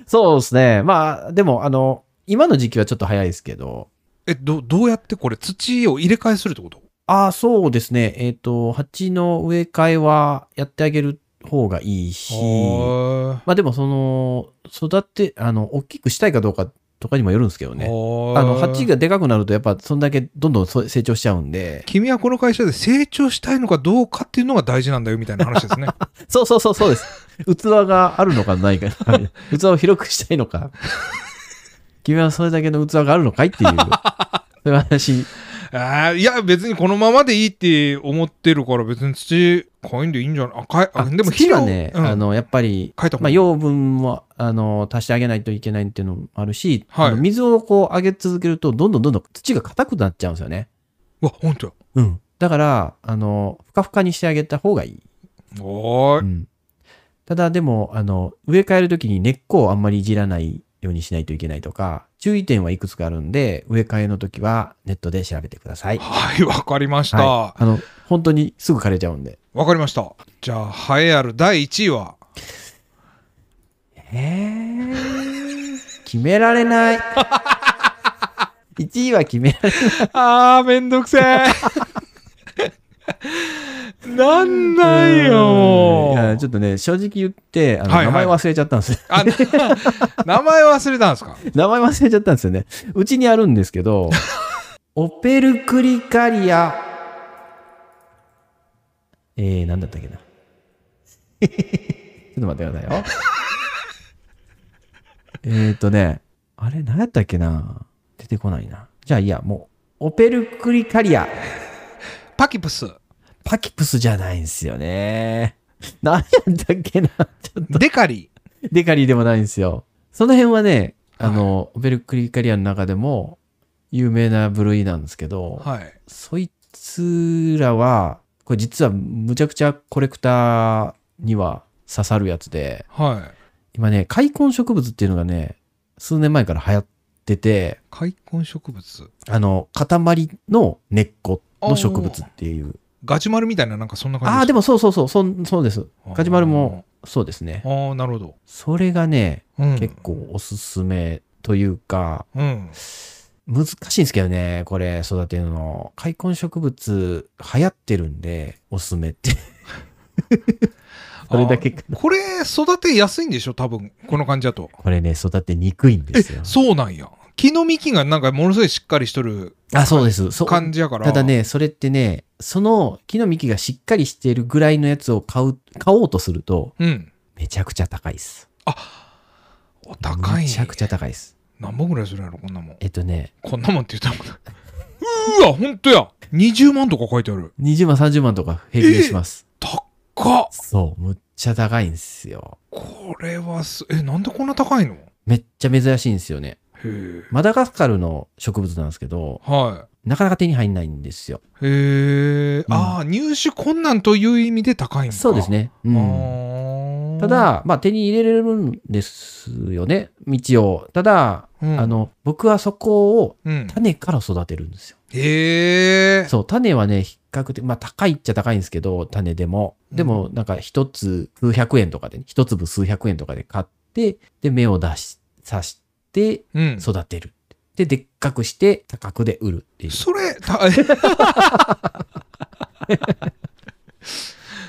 [SPEAKER 3] そうですね。まあ、でも、あの、今の時期はちょっと早いですけど、
[SPEAKER 2] え、ど、どうやってこれ土を入れ替えするってこと
[SPEAKER 3] ああ、そうですね。えっ、と、鉢の植え替えはやってあげる方がいいし、
[SPEAKER 2] は
[SPEAKER 3] まあでも、その、育て、あの、大きくしたいかどうかとかにもよるんですけど
[SPEAKER 2] い。
[SPEAKER 3] ね。
[SPEAKER 2] は
[SPEAKER 3] あの、
[SPEAKER 2] い
[SPEAKER 3] 鉢がでかくなると、やっぱ、そんだけどんどんそ成長しちゃうんで、
[SPEAKER 2] 君はこの会社で成長したいのかどうかっていうのが大事なんだよみたいな話 <laughs> ですね。
[SPEAKER 3] そうそうそうそうです。 <laughs> 器があるのかない
[SPEAKER 2] <laughs>
[SPEAKER 3] か。器を広くしたいのか。君はそれだけの器があるのかいっていう。そういう話。
[SPEAKER 2] あーいや別にこのままでいいって思ってるから別に土買いんでいいんじゃないあかいあでも
[SPEAKER 3] 土
[SPEAKER 2] 肥料
[SPEAKER 3] はね、
[SPEAKER 2] うん、
[SPEAKER 3] あの、やっぱり、
[SPEAKER 2] 変えた方
[SPEAKER 3] ま
[SPEAKER 2] が
[SPEAKER 3] あ、
[SPEAKER 2] いい
[SPEAKER 3] 養分も、あの、足してあげないといけないっていうのもあるし、
[SPEAKER 2] はい
[SPEAKER 3] あの水をこう上げ続けると、どんどんどんどん土が硬くなっちゃうんですよね。
[SPEAKER 2] うわ本当や
[SPEAKER 3] うん。だから、あの、ふかふかにしてあげた方がいい。
[SPEAKER 2] おー
[SPEAKER 3] う
[SPEAKER 2] い
[SPEAKER 3] ん。ただ、でも、あの、植え替えるときに根っこをあんまりいじらないようにしないといけないとか、注意点はいくつかあるんで、植え替えのときはネットで調べてください。
[SPEAKER 2] はいわかりました
[SPEAKER 3] は
[SPEAKER 2] わ
[SPEAKER 3] い。、あの、本当にすぐ枯れちゃうんで。
[SPEAKER 2] かりましたじゃあ栄えある第1位は
[SPEAKER 3] えー、決めら
[SPEAKER 2] <laughs>
[SPEAKER 3] れない。1位は決められない。
[SPEAKER 2] <laughs> あーめんどくせ <laughs> えなんなんよ
[SPEAKER 3] いやちょっとね、正直言って、あの、
[SPEAKER 2] はいはい
[SPEAKER 3] 名前忘れちゃったんですよ。
[SPEAKER 2] あ <laughs> な名前忘れたんですか
[SPEAKER 3] 名前忘れちゃったんですよね。うちにあるんですけど、オペルクリカリア。えー、なんだったっけな。ちょっと待ってくださいよ。えーっとね、あれ、何やったっけな。出てこないな。じゃあいいや、もう、オペルクリカリア。
[SPEAKER 2] パキプス。
[SPEAKER 3] パキプスじゃないんですよね。 <laughs> 何やったっけな。ちょっと
[SPEAKER 2] デカリ。
[SPEAKER 3] デカリーでもないんですよ。その辺はね、あの、オペルクリカリアの中でも有名な部類なんですけど、
[SPEAKER 2] はい。
[SPEAKER 3] そいつらは、これ実はむちゃくちゃコレクターには刺さるやつで、
[SPEAKER 2] はい。
[SPEAKER 3] 今ね、開墾植物っていうのがね、数年前から流行ってて、
[SPEAKER 2] 開墾植物。
[SPEAKER 3] あの、塊の根っこの植物っていう。
[SPEAKER 2] ガジュマルみたいな、なんかそんな感じ
[SPEAKER 3] ああー、で
[SPEAKER 2] も、
[SPEAKER 3] もそうそうそう、そんそうです。ガジュマルもそうですね
[SPEAKER 2] あ。ー。ああ、なるほど。
[SPEAKER 3] それがね、
[SPEAKER 2] うん。
[SPEAKER 3] 結。構おすすめというか、
[SPEAKER 2] うん。
[SPEAKER 3] 難しいんですけどね、これ育てるの。開墾植物流行ってるんで、おすすめって。 <laughs> それだけかな。
[SPEAKER 2] これ、育てやすいんでしょ多分、この感じだと。
[SPEAKER 3] これね、育てにくいんですよ。
[SPEAKER 2] そうなんや。木の幹がなんかものすごいしっかりしとる
[SPEAKER 3] あ、そうです。そう
[SPEAKER 2] 感じやから。
[SPEAKER 3] ただ。ね、それってね、その木の幹がしっかりしてるぐらいのやつを買う、買おうとすると、
[SPEAKER 2] うん。
[SPEAKER 3] めちゃくちゃ高いです。
[SPEAKER 2] お高い。
[SPEAKER 3] めちゃくちゃ高いです。
[SPEAKER 2] 何本ぐらいするんやろこんなもん。
[SPEAKER 3] えっとね、
[SPEAKER 2] こんなもんって言ったもん。うーわ、ほんとや。20万とか書いてある。
[SPEAKER 3] 20万、30万とか平均します。
[SPEAKER 2] 高っ。
[SPEAKER 3] そう、むっちゃ高いんですよ。
[SPEAKER 2] これはす、え、なんでこんな高いのへ
[SPEAKER 3] めっちゃ珍しいんですよね。
[SPEAKER 2] え。
[SPEAKER 3] マダガスカルの植物なんですけど、
[SPEAKER 2] は
[SPEAKER 3] なかなか手に入んないんですよ。
[SPEAKER 2] い。へえ。ああ、入手困難という意味で高いんか。
[SPEAKER 3] そうです。ね。うん、
[SPEAKER 2] ん
[SPEAKER 3] た、だ、まあ、手に入れれるんですよね、道を。ただ、
[SPEAKER 2] うん
[SPEAKER 3] あ、の、僕はそこを
[SPEAKER 2] うん。
[SPEAKER 3] 種から育てるんですよ。
[SPEAKER 2] へえ。
[SPEAKER 3] そう、種はね、比較的、まあ、高いっちゃ高いんですけど、種でも。でも、なんか、一つ数百円とかで、ね、一粒数百円とかで買って、で、芽を出し、刺して、
[SPEAKER 2] うん。
[SPEAKER 3] 育てる。で、でっかくして、多角で売るっていう。
[SPEAKER 2] それ、
[SPEAKER 3] <laughs>
[SPEAKER 2] た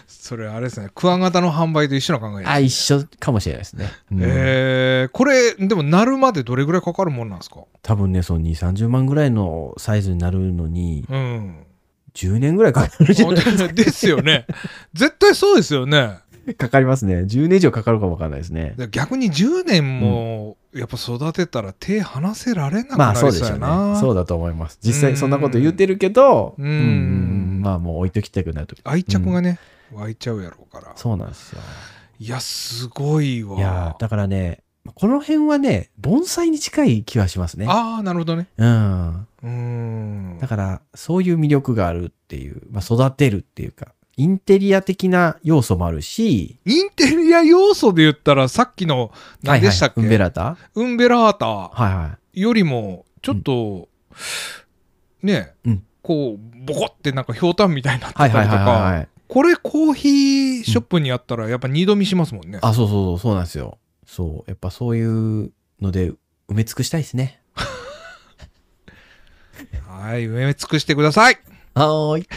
[SPEAKER 2] それあれですね、クワガタの販売と一緒な考えです
[SPEAKER 3] あ、一緒かもしれないですね。うん
[SPEAKER 2] えー、これ、でも、なるまでどれぐらいかかるもんなんですか
[SPEAKER 3] 多分ね、その2、30万ぐらいのサイズになるのに、
[SPEAKER 2] うん。
[SPEAKER 3] 10年ぐらいかかるんじゃない <laughs>
[SPEAKER 2] あでですよね。絶対そうですよね。
[SPEAKER 3] かかりますね。10年以上かかるかもわかんないですね。
[SPEAKER 2] で逆に10年も、やっぱ育てたら手離せられなく
[SPEAKER 3] ま
[SPEAKER 2] な
[SPEAKER 3] あ
[SPEAKER 2] りそ
[SPEAKER 3] そ
[SPEAKER 2] う
[SPEAKER 3] うでし
[SPEAKER 2] や
[SPEAKER 3] ょうね
[SPEAKER 2] な。。
[SPEAKER 3] そうだと思います。実際そんなこと言ってるけど、
[SPEAKER 2] う
[SPEAKER 3] うんんうんうんまあもう置いときたくなると。
[SPEAKER 2] 愛着がね、湧いちゃうやろうから。
[SPEAKER 3] そうなんですよ。
[SPEAKER 2] いや、すごいわ。
[SPEAKER 3] いやーだからね、この辺はね、盆栽に近い気はしますね。
[SPEAKER 2] ああ、なるほどね。
[SPEAKER 3] うん。
[SPEAKER 2] うーん。
[SPEAKER 3] だから、そういう魅力があるっていう、まあ育てるっていうか、インテリア的な要素もあるし、
[SPEAKER 2] インテリア要素で言ったら、さっきの、何でしたっけ、
[SPEAKER 3] はいはいウンベラタ
[SPEAKER 2] ウンベラータ
[SPEAKER 3] はいはい。
[SPEAKER 2] よりも、ちょっと、ね、
[SPEAKER 3] うん
[SPEAKER 2] こう、ボコってなんかひょうたんみたいになってた
[SPEAKER 3] はい
[SPEAKER 2] りと
[SPEAKER 3] はいはいはいは
[SPEAKER 2] か、
[SPEAKER 3] い。
[SPEAKER 2] これコーヒーショップにあったら、やっぱ二度見しますもんね。
[SPEAKER 3] あ、そうそうそう、そうなんですよ。そう。やっぱそういうので埋め尽くしたいですね。
[SPEAKER 2] はい、埋め尽くしてください。
[SPEAKER 3] はーい。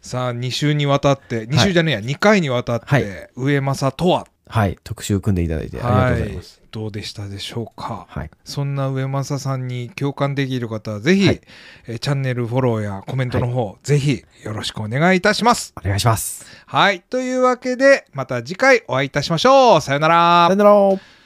[SPEAKER 2] さあ、2週にわたって、2週じゃねえや、2回にわたって、
[SPEAKER 3] はい
[SPEAKER 2] 上政とは、
[SPEAKER 3] はい。特集組んでいただいてありがとうございます。
[SPEAKER 2] どうでしたでしょうか。
[SPEAKER 3] はい。
[SPEAKER 2] そんな上政さんに共感できる方はぜひ、
[SPEAKER 3] はい
[SPEAKER 2] えーチャンネルフォローやコメントの方、ぜひよろしくお願いいたします。
[SPEAKER 3] お願いします。
[SPEAKER 2] はい。というわけで、また次回お会いいたしましょう。さような
[SPEAKER 3] さよなら。